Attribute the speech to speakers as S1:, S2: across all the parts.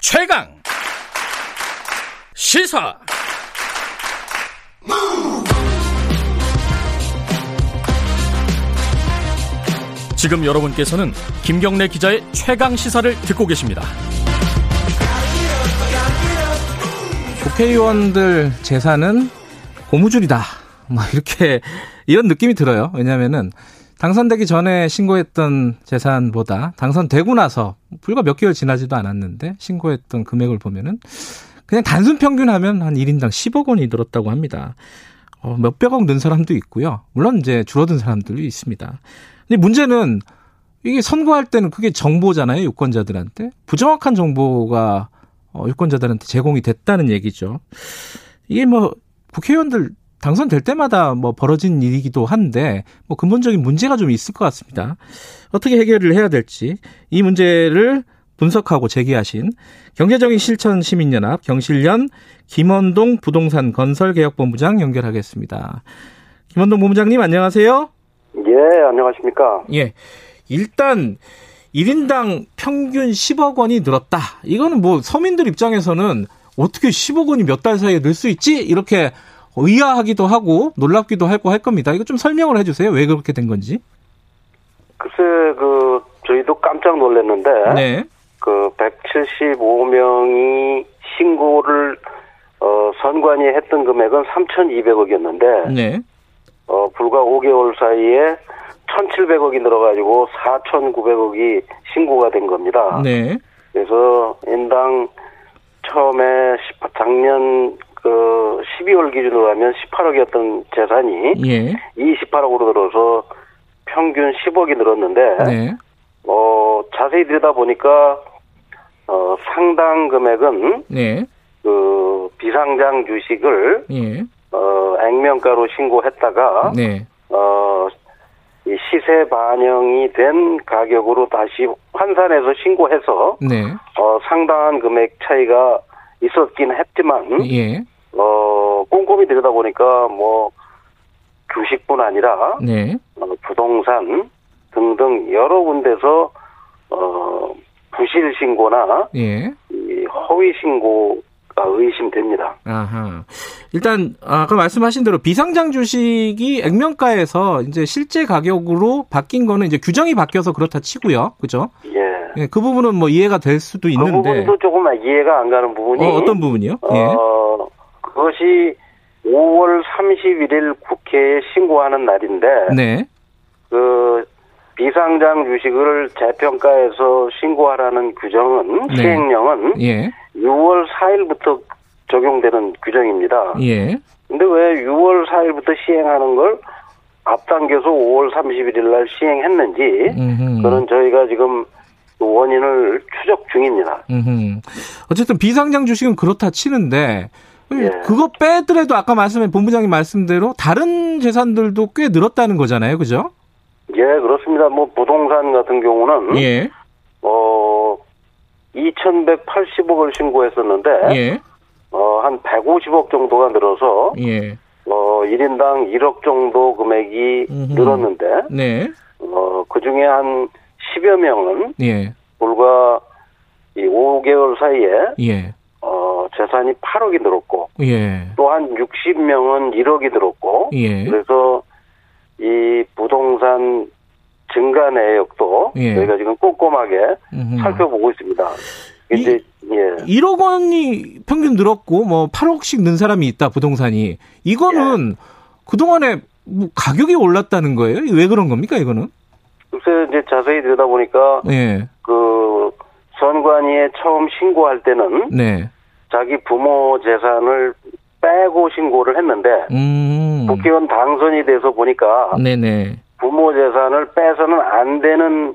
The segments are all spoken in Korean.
S1: 최강 시사 지금 여러분께서는 김경래 기자의 최강 시사를 듣고 계십니다.
S2: 국회의원들 재산은 고무줄이다. 막 이렇게 이런 느낌이 들어요. 왜냐면은 당선되기 전에 신고했던 재산보다 당선되고 나서 불과 몇 개월 지나지도 않았는데 신고했던 금액을 보면은 그냥 단순 평균하면 한 1인당 10억 원이 늘었다고 합니다. 어, 몇백억 는 사람도 있고요. 물론 이제 줄어든 사람들도 있습니다. 근데 문제는 이게 선거할 때는 그게 정보잖아요. 유권자들한테. 부정확한 정보가 어, 유권자들한테 제공이 됐다는 얘기죠. 이게 뭐 국회의원들 당선될 때마다 뭐 벌어진 일이기도 한데 뭐 근본적인 문제가 좀 있을 것 같습니다. 어떻게 해결을 해야 될지 이 문제를 분석하고 제기하신 경제적인 실천 시민연합 경실련 김원동 부동산 건설 개혁본부장 연결하겠습니다. 김원동 본부장님 안녕하세요.
S3: 예, 안녕하십니까.
S2: 예. 일단 1인당 평균 10억 원이 늘었다. 이거는 뭐 서민들 입장에서는 어떻게 10억 원이 몇 달 사이에 늘 수 있지? 이렇게 의아하기도 하고 놀랍기도 하고 할 겁니다. 이거 좀 설명을 해주세요. 왜 그렇게 된 건지.
S3: 글쎄, 그, 저희도 깜짝 놀랐는데,
S2: 네.
S3: 그, 175명이 신고를, 어, 선관위 했던 금액은 3,200억이었는데,
S2: 네.
S3: 어, 불과 5개월 사이에 1,700억이 늘어가지고 4,900억이 신고가 된 겁니다.
S2: 네.
S3: 그래서 인당 처음에 10 작년 그 12월 기준으로 하면 18억이었던 재산이
S2: 예.
S3: 28억으로 늘어서 평균 10억이 늘었는데
S2: 네.
S3: 어 자세히 들여다 보니까 어 상당 금액은
S2: 네.
S3: 그 비상장 주식을
S2: 예.
S3: 어 액면가로 신고했다가
S2: 네.
S3: 어이 시세 반영이 된 가격으로 다시 환산해서 신고해서
S2: 네.
S3: 어, 상당한 금액 차이가 있었긴 했지만,
S2: 예.
S3: 어, 꼼꼼히 들여다보니까, 뭐, 주식뿐 아니라,
S2: 네.
S3: 어, 부동산 등등 여러 군데서, 어, 부실 신고나,
S2: 예.
S3: 이 허위 신고가 의심됩니다.
S2: 아하. 일단 아까 말씀하신 대로 비상장 주식이 액면가에서 이제 실제 가격으로 바뀐 거는 이제 규정이 바뀌어서 그렇다 치고요. 그죠?
S3: 예.
S2: 예, 그 부분은 뭐 이해가 될 수도
S3: 그
S2: 있는데
S3: 부분도 조금 이해가 안 가는 부분이,
S2: 어, 어떤 부분이요? 예.
S3: 어, 그것이 5월 31일 국회에 신고하는 날인데,
S2: 네.
S3: 그 비상장 주식을 재평가해서 신고하라는 규정은
S2: 네.
S3: 시행령은
S2: 예.
S3: 6월 4일부터 적용되는 규정입니다.
S2: 예.
S3: 근데 왜 6월 4일부터 시행하는 걸 앞당겨서 5월 31일 날 시행했는지
S2: 음흠.
S3: 그는 저희가 지금 그 원인을 추적 중입니다.
S2: 음흠. 어쨌든 비상장 주식은 그렇다 치는데
S3: 예.
S2: 그거 빼더라도 아까 말씀해 본부장님 말씀대로 다른 재산들도 꽤 늘었다는 거잖아요, 그죠?
S3: 예, 그렇습니다. 뭐 부동산 같은 경우는
S2: 예,
S3: 어 2,180억을 신고했었는데
S2: 예,
S3: 어, 한 150억 정도가 늘어서
S2: 예,
S3: 어, 1인당 1억 정도 금액이
S2: 음흠.
S3: 늘었는데,
S2: 네,
S3: 어, 그 중에 한 10여 명은
S2: 예,
S3: 불과 이 5개월 사이에,
S2: 예,
S3: 어, 재산이 8억이 늘었고,
S2: 예,
S3: 또 한 60명은 1억이 늘었고,
S2: 예,
S3: 그래서 이 부동산 증가 내역도
S2: 예.
S3: 저희가 지금 꼼꼼하게
S2: 음흠.
S3: 살펴보고 있습니다.
S2: 이-
S3: 이제, 예.
S2: 1억 원이 평균 늘었고 뭐 8억씩 는 사람이 있다 부동산이 이거는 그 동안에 뭐 가격이 올랐다는 거예요? 이게 왜 그런 겁니까 이거는?
S3: 글쎄, 이제 자세히 들여다보니까,
S2: 예,
S3: 그, 선관위에 처음 신고할 때는
S2: 네,
S3: 자기 부모 재산을 빼고 신고를 했는데
S2: 음,
S3: 국회의원 당선이 돼서 보니까
S2: 네, 네,
S3: 부모 재산을 빼서는 안 되는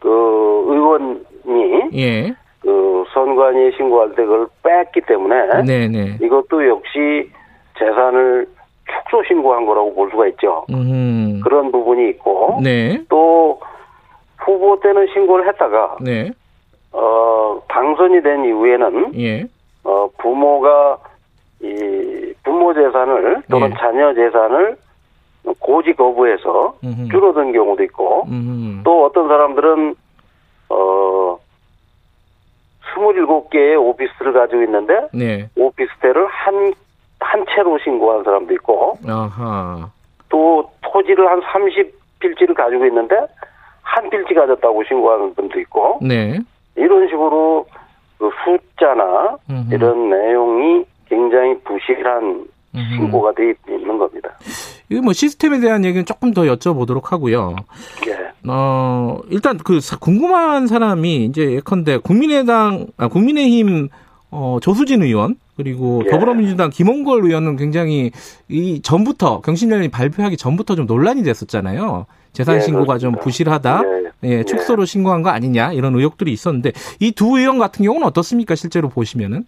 S3: 그 의원이
S2: 예,
S3: 그 선관위에 신고할 때 그걸 뺐기 때문에
S2: 네, 네.
S3: 이것도 역시 재산을 축소 신고한 거라고 볼 수가 있죠.
S2: 음.
S3: 그런 부분이 있고
S2: 네.
S3: 또 후보 때는 신고를 했다가
S2: 네.
S3: 어 당선이 된 이후에는
S2: 예.
S3: 어, 부모가 이 부모 재산을 또는
S2: 예.
S3: 자녀 재산을 고지 거부해서
S2: 음흠.
S3: 줄어든 경우도 있고
S2: 음.
S3: 또 어떤 사람들은 어 27 7개의 오피스를 가지고 있는데
S2: 네.
S3: 오피스텔을 한, 한 채로 신고한 사람도 있고,
S2: 아하.
S3: 또 토지를 한 30필지를 가지고 있는데, 한 필지 가졌다고 신고하는 분도 있고,
S2: 네.
S3: 이런 식으로 그 숫자나
S2: 음흠.
S3: 이런 내용이 굉장히 부실한
S2: 음흠.
S3: 신고가 돼 있는 겁니다.
S2: 이거 뭐 시스템에 대한 얘기는 조금 더 여쭤보도록 하고요.
S3: 예.
S2: 어, 일단 그 사- 궁금한 사람이 이제 예컨대 국민의당, 아, 국민의힘 어, 조수진 의원 그리고
S3: 예.
S2: 더불어민주당 김홍걸 의원은 굉장히 이 전부터 경신련이 발표하기 전부터 좀 논란이 됐었잖아요. 재산
S3: 예,
S2: 신고가 좀
S3: 그렇습니다.
S2: 부실하다.
S3: 예.
S2: 예, 축소로 신고한 거 아니냐 이런 의혹들이 있었는데 이 두 의원 같은 경우는 어떻습니까? 실제로 보시면은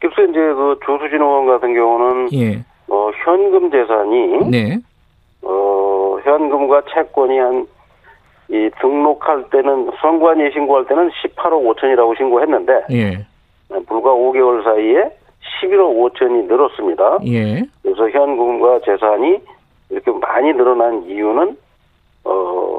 S3: 그래서 이제 그 조수진 의원 같은 경우는
S2: 예,
S3: 어, 현금 재산이
S2: 네,
S3: 어, 현금과 채권이 한, 이 등록할 때는, 선관위 신고할 때는 18억 5천이라고 신고했는데,
S2: 예,
S3: 불과 5개월 사이에 11억 5천이 늘었습니다.
S2: 예,
S3: 그래서 현금과 재산이 이렇게 많이 늘어난 이유는, 어,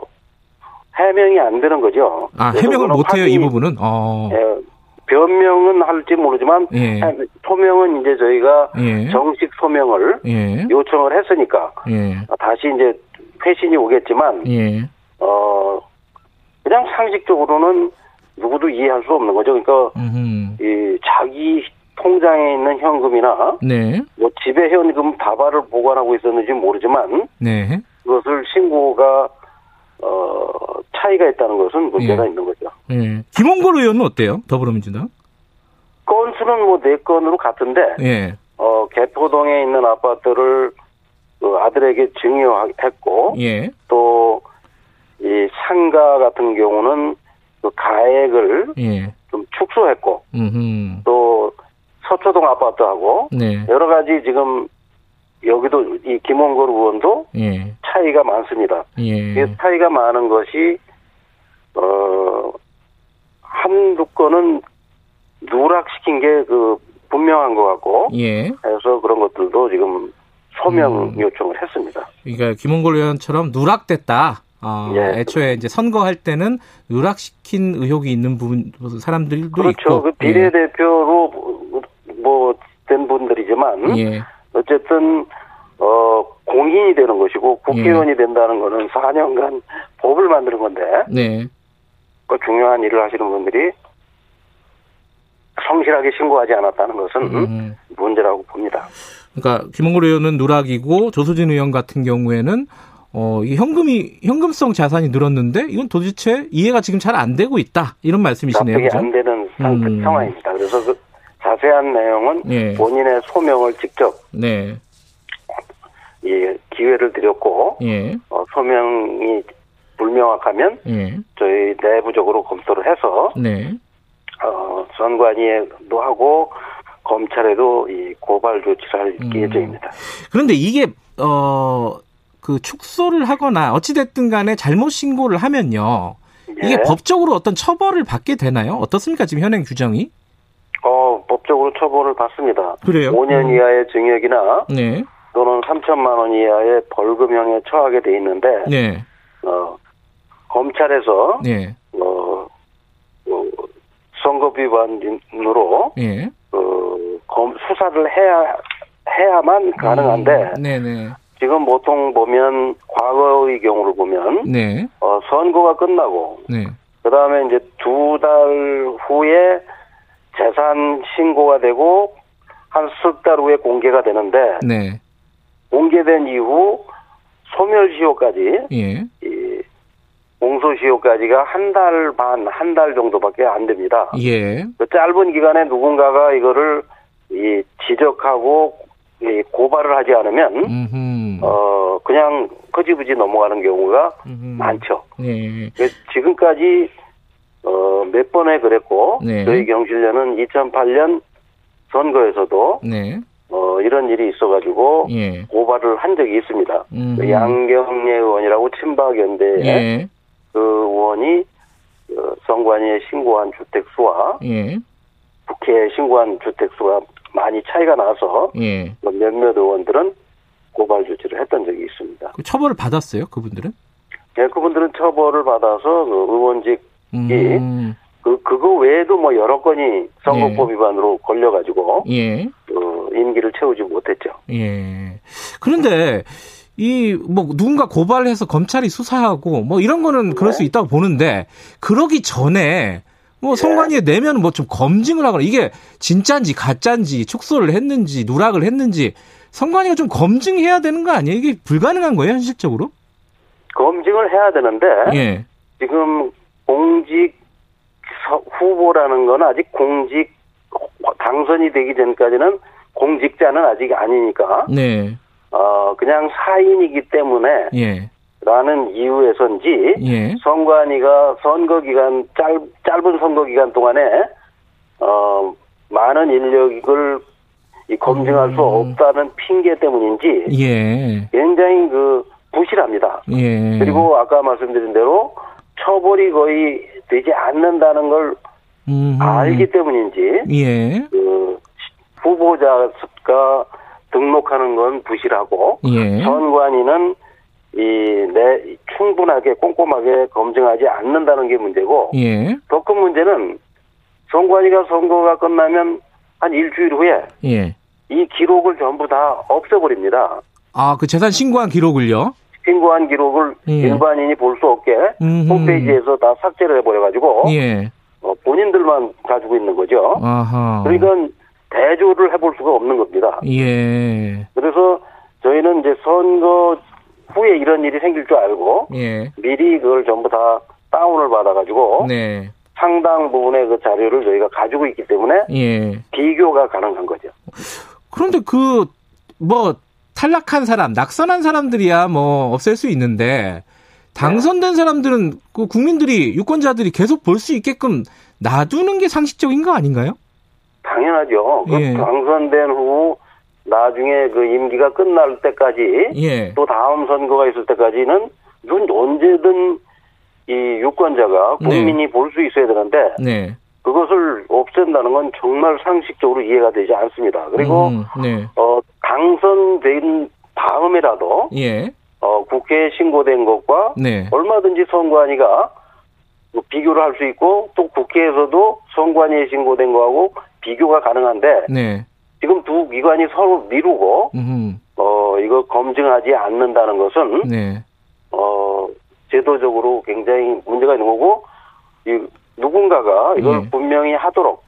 S3: 해명이 안 되는 거죠.
S2: 아
S3: 예, 그래서
S2: 해명을
S3: 물론
S2: 못해요 이
S3: 확인이-
S2: 부분은. 어,
S3: 예, 변명은 할지 모르지만,
S2: 예,
S3: 해- 소명은 이제 저희가
S2: 예,
S3: 정식 소명을
S2: 예,
S3: 요청을 했으니까,
S2: 예,
S3: 아, 다시 이제 회신이 오겠지만,
S2: 예.
S3: 어, 그냥 상식적으로는 누구도 이해할 수 없는 거죠. 그러니까,
S2: 음,
S3: 이 자기 통장에 있는 현금이나,
S2: 네,
S3: 뭐 집에 현금 다발을 보관하고 있었는지 모르지만,
S2: 네.
S3: 그것을 신고가, 어, 차이가 있다는 것은 문제가
S2: 예.
S3: 있는 거죠.
S2: 예. 김홍걸 의원은 어때요? 더불어민주당?
S3: 건수는 뭐 네 건으로 같은데,
S2: 예.
S3: 어, 개포동에 있는 아파트를 그 아들에게 증여했고,
S2: 예.
S3: 또, 이 상가 같은 경우는 그 가액을
S2: 예.
S3: 좀 축소했고,
S2: 음.
S3: 또 서초동 아파트하고
S2: 네.
S3: 여러 가지 지금 여기도 이 김원걸 의원도
S2: 예.
S3: 차이가 많습니다.
S2: 예.
S3: 이 차이가 많은 것이 어 한두 건은 누락시킨 게 그 분명한 것 같고
S2: 예.
S3: 그래서 그런 것들도 지금 소명
S2: 음.
S3: 요청을 했습니다.
S2: 그러니까 김홍걸 의원처럼 누락됐다. 아,
S3: 예.
S2: 애초에 이제 선거할 때는 누락시킨 의혹이 있는 부분 사람들도
S3: 그렇죠.
S2: 있고. 예.
S3: 그 비례대표로 뭐 된 분들이지만
S2: 예. 예.
S3: 어쨌든 어 공인이 되는 것이고 국회의원이
S2: 예.
S3: 된다는 거는 4년간 법을 만드는 건데
S2: 네.
S3: 그 중요한 일을 하시는 분들이 성실하게 신고하지 않았다는 것은
S2: 음.
S3: 문제라고 봅니다.
S2: 그러니까 김홍걸 의원은 누락이고 조수진 의원 같은 경우에는 어, 이 현금이 현금성 자산이 늘었는데 이건 도대체 이해가 지금 잘 안 되고 있다. 이런 말씀이시네요.
S3: 납득이
S2: 그죠?
S3: 안 되는 상-
S2: 음.
S3: 상황입니다. 그래서 그 자세한 내용은
S2: 예.
S3: 본인의 소명을 직접
S2: 네.
S3: 이 기회를 드렸고
S2: 예.
S3: 어, 소명이 불명확하면
S2: 예.
S3: 저희 내부적으로 검토를 해서
S2: 네.
S3: 어, 선관위에도 하고 검찰에도 이 고발 조치를 할
S2: 음.
S3: 예정입니다.
S2: 그런데 이게 어 그 축소를 하거나 어찌 됐든 간에 잘못 신고를 하면요. 이게
S3: 예.
S2: 법적으로 어떤 처벌을 받게 되나요? 어떻습니까? 지금 현행 규정이?
S3: 어, 법적으로 처벌을 받습니다.
S2: 그래요?
S3: 5년
S2: 음.
S3: 이하의 징역이나
S2: 네.
S3: 또는 3천만 원 이하의 벌금형에 처하게 돼 있는데
S2: 네.
S3: 어, 검찰에서
S2: 네.
S3: 어, 어, 선거 위반으로
S2: 예.
S3: 어, 검, 수사를 해야 해야만 가능한데
S2: 음, 네, 네.
S3: 지금 보통 보면 과거의 경우를 보면
S2: 네.
S3: 어, 선거가 끝나고
S2: 네.
S3: 그 다음에 이제 두 달 후에 재산 신고가 되고 한 석 달 후에 공개가 되는데
S2: 네.
S3: 공개된 이후 소멸시효까지
S2: 예.
S3: 이 공소시효까지가 한 달 반, 한 달 정도밖에 안 됩니다.
S2: 예.
S3: 그 짧은 기간에 누군가가 이거를 이 지적하고 이 고발을 하지 않으면
S2: 음.
S3: 어 그냥 거지부지 넘어가는 경우가
S2: 음.
S3: 많죠.
S2: 네.
S3: 예, 지금까지 어, 몇 번에 그랬고
S2: 네.
S3: 저희 경실련은 2008년 선거에서도
S2: 네.
S3: 어, 이런 일이 있어가지고
S2: 예.
S3: 고발을 한 적이 있습니다.
S2: 음.
S3: 그 양경례 의원이라고 친박연대 의
S2: 예.
S3: 그 의원이 어, 선관위에 신고한 주택 수와
S2: 예.
S3: 국회에 신고한 주택 수가 많이 차이가 나서
S2: 예.
S3: 뭐 몇몇 의원들은 고발 조치를 했던 적이 있습니다.
S2: 그 처벌을 받았어요, 그분들은?
S3: 예, 그분들은 처벌을 받아서 그 의원직
S2: 음.
S3: 예. 그 그거 외에도 뭐 여러 건이 선거법 위반으로 걸려가지고
S1: 예.
S3: 그 임기를 채우지 못했죠.
S2: 예. 그런데 이 뭐 누군가 고발해서 검찰이 수사하고 뭐 이런 거는 그럴
S3: 네.
S2: 수 있다고 보는데 그러기 전에
S3: 예.
S2: 뭐 선관위에 내면 뭐 좀 검증을 하거나 이게 진짜인지 가짜인지 축소를 했는지 누락을 했는지 선관위가 좀 검증해야 되는 거 아니에요? 이게 불가능한 거예요 현실적으로?
S3: 검증을 해야 되는데
S2: 예.
S3: 지금 공직 서- 후보라는 건 아직 공직 당선이 되기 전까지는 공직자는 아직 아니니까
S2: 네.
S3: 어 그냥 사인이기 때문에
S2: 예.
S3: 라는 이유에선지
S2: 예.
S3: 선관위가 선거 기간 짧, 짧은 선거 기간 동안에 어 많은 인력을 이 검증할 수 없다는 핑계 때문인지
S2: 예.
S3: 굉장히 그 부실합니다.
S2: 예.
S3: 그리고 아까 말씀드린 대로 처벌이 거의 되지 않는다는 걸
S2: 음.
S3: 알기 때문인지
S2: 예.
S3: 그 후보자가 등록하는 건 부실하고
S2: 예.
S3: 선관위는 이 내 충분하게 꼼꼼하게 검증하지 않는다는 게 문제고
S2: 예.
S3: 더 큰 문제는 선관위가 선거가 끝나면 한 일주일 후에
S2: 예.
S3: 이 기록을 전부 다 없애버립니다.
S2: 아, 그 재산 신고한 기록을요?
S3: 신고한 기록을
S2: 예.
S3: 일반인이 볼 수 없게
S2: 음흠.
S3: 홈페이지에서 다 삭제를 해버려가지고
S2: 예.
S3: 어, 본인들만 가지고 있는 거죠.
S2: 아하.
S3: 그러니까 대조를 해볼 수가 없는 겁니다.
S2: 예.
S3: 그래서 저희는 이제 선거 후에 이런 일이 생길 줄 알고
S2: 예.
S3: 미리 그걸 전부 다 다운을 받아가지고
S2: 네.
S3: 상당 부분의 그 자료를 저희가 가지고 있기 때문에
S2: 예.
S3: 비교가 가능한 거죠.
S2: 그런데 그 뭐 탈락한 사람, 낙선한 사람들이야 뭐 없앨 수 있는데 당선된 사람들은 그 국민들이 유권자들이 계속 볼 수 있게끔 놔두는 게 상식적인 거 아닌가요?
S3: 당연하죠. 그
S2: 예.
S3: 당선된 후 나중에 그 임기가 끝날 때까지
S2: 예.
S3: 또 다음 선거가 있을 때까지는 눈 언제든 이 유권자가
S2: 네.
S3: 국민이 볼 수 있어야 되는데
S2: 네.
S3: 그것을 없앤다는 건 정말 상식적으로 이해가 되지 않습니다. 그리고
S2: 음, 네.
S3: 어, 당선된 다음에라도
S2: 예.
S3: 어, 국회에 신고된 것과
S2: 네.
S3: 얼마든지 선관위가 뭐 비교를 할 수 있고 또 국회에서도 선관위에 신고된 거하고 비교가 가능한데
S2: 네.
S3: 지금 두 기관이 서로 미루고
S2: 음.
S3: 어 이거 검증하지 않는다는 것은
S2: 네.
S3: 어, 제도적으로 굉장히 문제가 있는 거고, 이 누군가가 이걸
S2: 예.
S3: 분명히 하도록,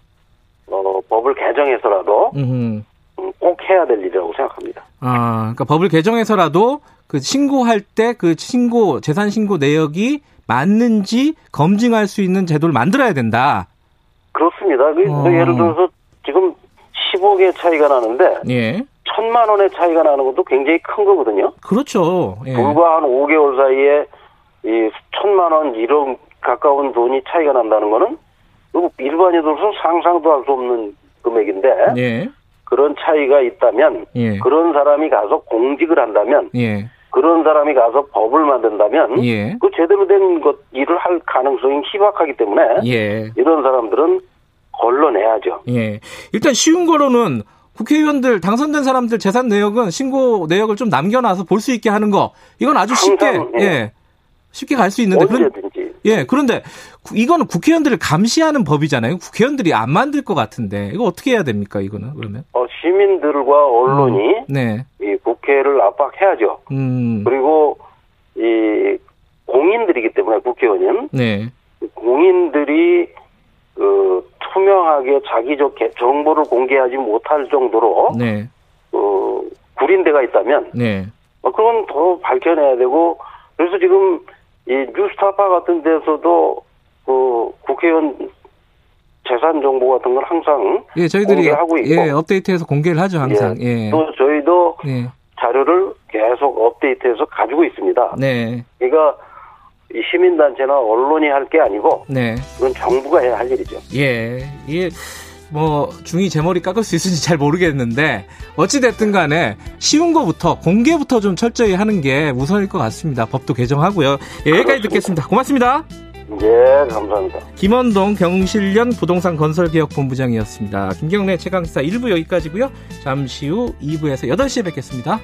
S3: 어, 법을 개정해서라도
S2: 음.
S3: 음, 꼭 해야 될 일이라고 생각합니다.
S2: 아, 그러니까 법을 개정해서라도 그 신고할 때 그 신고 재산 신고 내역이 맞는지 검증할 수 있는 제도를 만들어야 된다.
S3: 그렇습니다. 그, 그
S2: 어.
S3: 예를 들어서 지금 10억의 차이가 나는데,
S2: 예.
S3: 천만 원의 차이가 나는 것도 굉장히 큰 거거든요.
S2: 그렇죠. 예.
S3: 불과 한 5개월 사이에 이 천만 원, 1억 가까운 돈이 차이가 난다는 거는 뭐 일반인으로서 상상도 할 수 없는 금액인데,
S2: 예.
S3: 그런 차이가 있다면
S2: 예.
S3: 그런 사람이 가서 공직을 한다면
S2: 예.
S3: 그런 사람이 가서 법을 만든다면
S2: 예.
S3: 그 제대로 된 것 일을 할 가능성이 희박하기 때문에
S2: 예.
S3: 이런 사람들은 걸러내야죠.
S2: 예. 일단 쉬운 거로는 국회의원들 당선된 사람들 재산 내역은 신고 내역을 좀 남겨놔서 볼 수 있게 하는 거. 이건 아주 쉽게
S3: 항상,
S2: 예.
S3: 예.
S2: 쉽게 갈 수 있는데 그런
S3: 언제든지
S2: 예. 그런데 구- 이거는 국회의원들을 감시하는 법이잖아요. 국회의원들이 안 만들 것 같은데 이거 어떻게 해야 됩니까? 이거는 그러면
S3: 어, 시민들과 언론이
S2: 네.
S3: 이 국회를 압박해야죠.
S2: 음.
S3: 그리고 이 공인들이기 때문에 국회의원은
S2: 네.
S3: 공인들이 그 투명하게 자기적 개- 정보를 공개하지 못할 정도로
S2: 네.
S3: 어, 구린 데가 있다면
S2: 네.
S3: 어, 그건 더 밝혀내야 되고 그래서 지금 이 뉴스타파 같은 데서도 그 국회의원 재산 정보 같은 걸 항상
S2: 예, 저희들이
S3: 공개하고 있고.
S2: 예, 업데이트해서 공개를 하죠, 항상. 예.
S3: 또 저희도
S2: 예.
S3: 자료를 계속 업데이트해서 가지고 있습니다.
S2: 네.
S3: 그러니까 이 시민단체나 언론이 할 게 아니고
S2: 네.
S3: 그건 정부가 해야 할 일이죠.
S2: 예, 이게 뭐 중이 제 머리 깎을 수 있을지 잘 모르겠는데 어찌 됐든 간에 쉬운 거부터 공개부터 좀 철저히 하는 게 우선일 것 같습니다. 법도 개정하고요. 예, 여기까지 듣겠습니다. 고맙습니다.
S3: 예, 감사합니다.
S2: 김원동 경실련 부동산 건설개혁본부장이었습니다. 김경래 최강사 1부 여기까지고요. 잠시 후 2부에서 8시에 뵙겠습니다.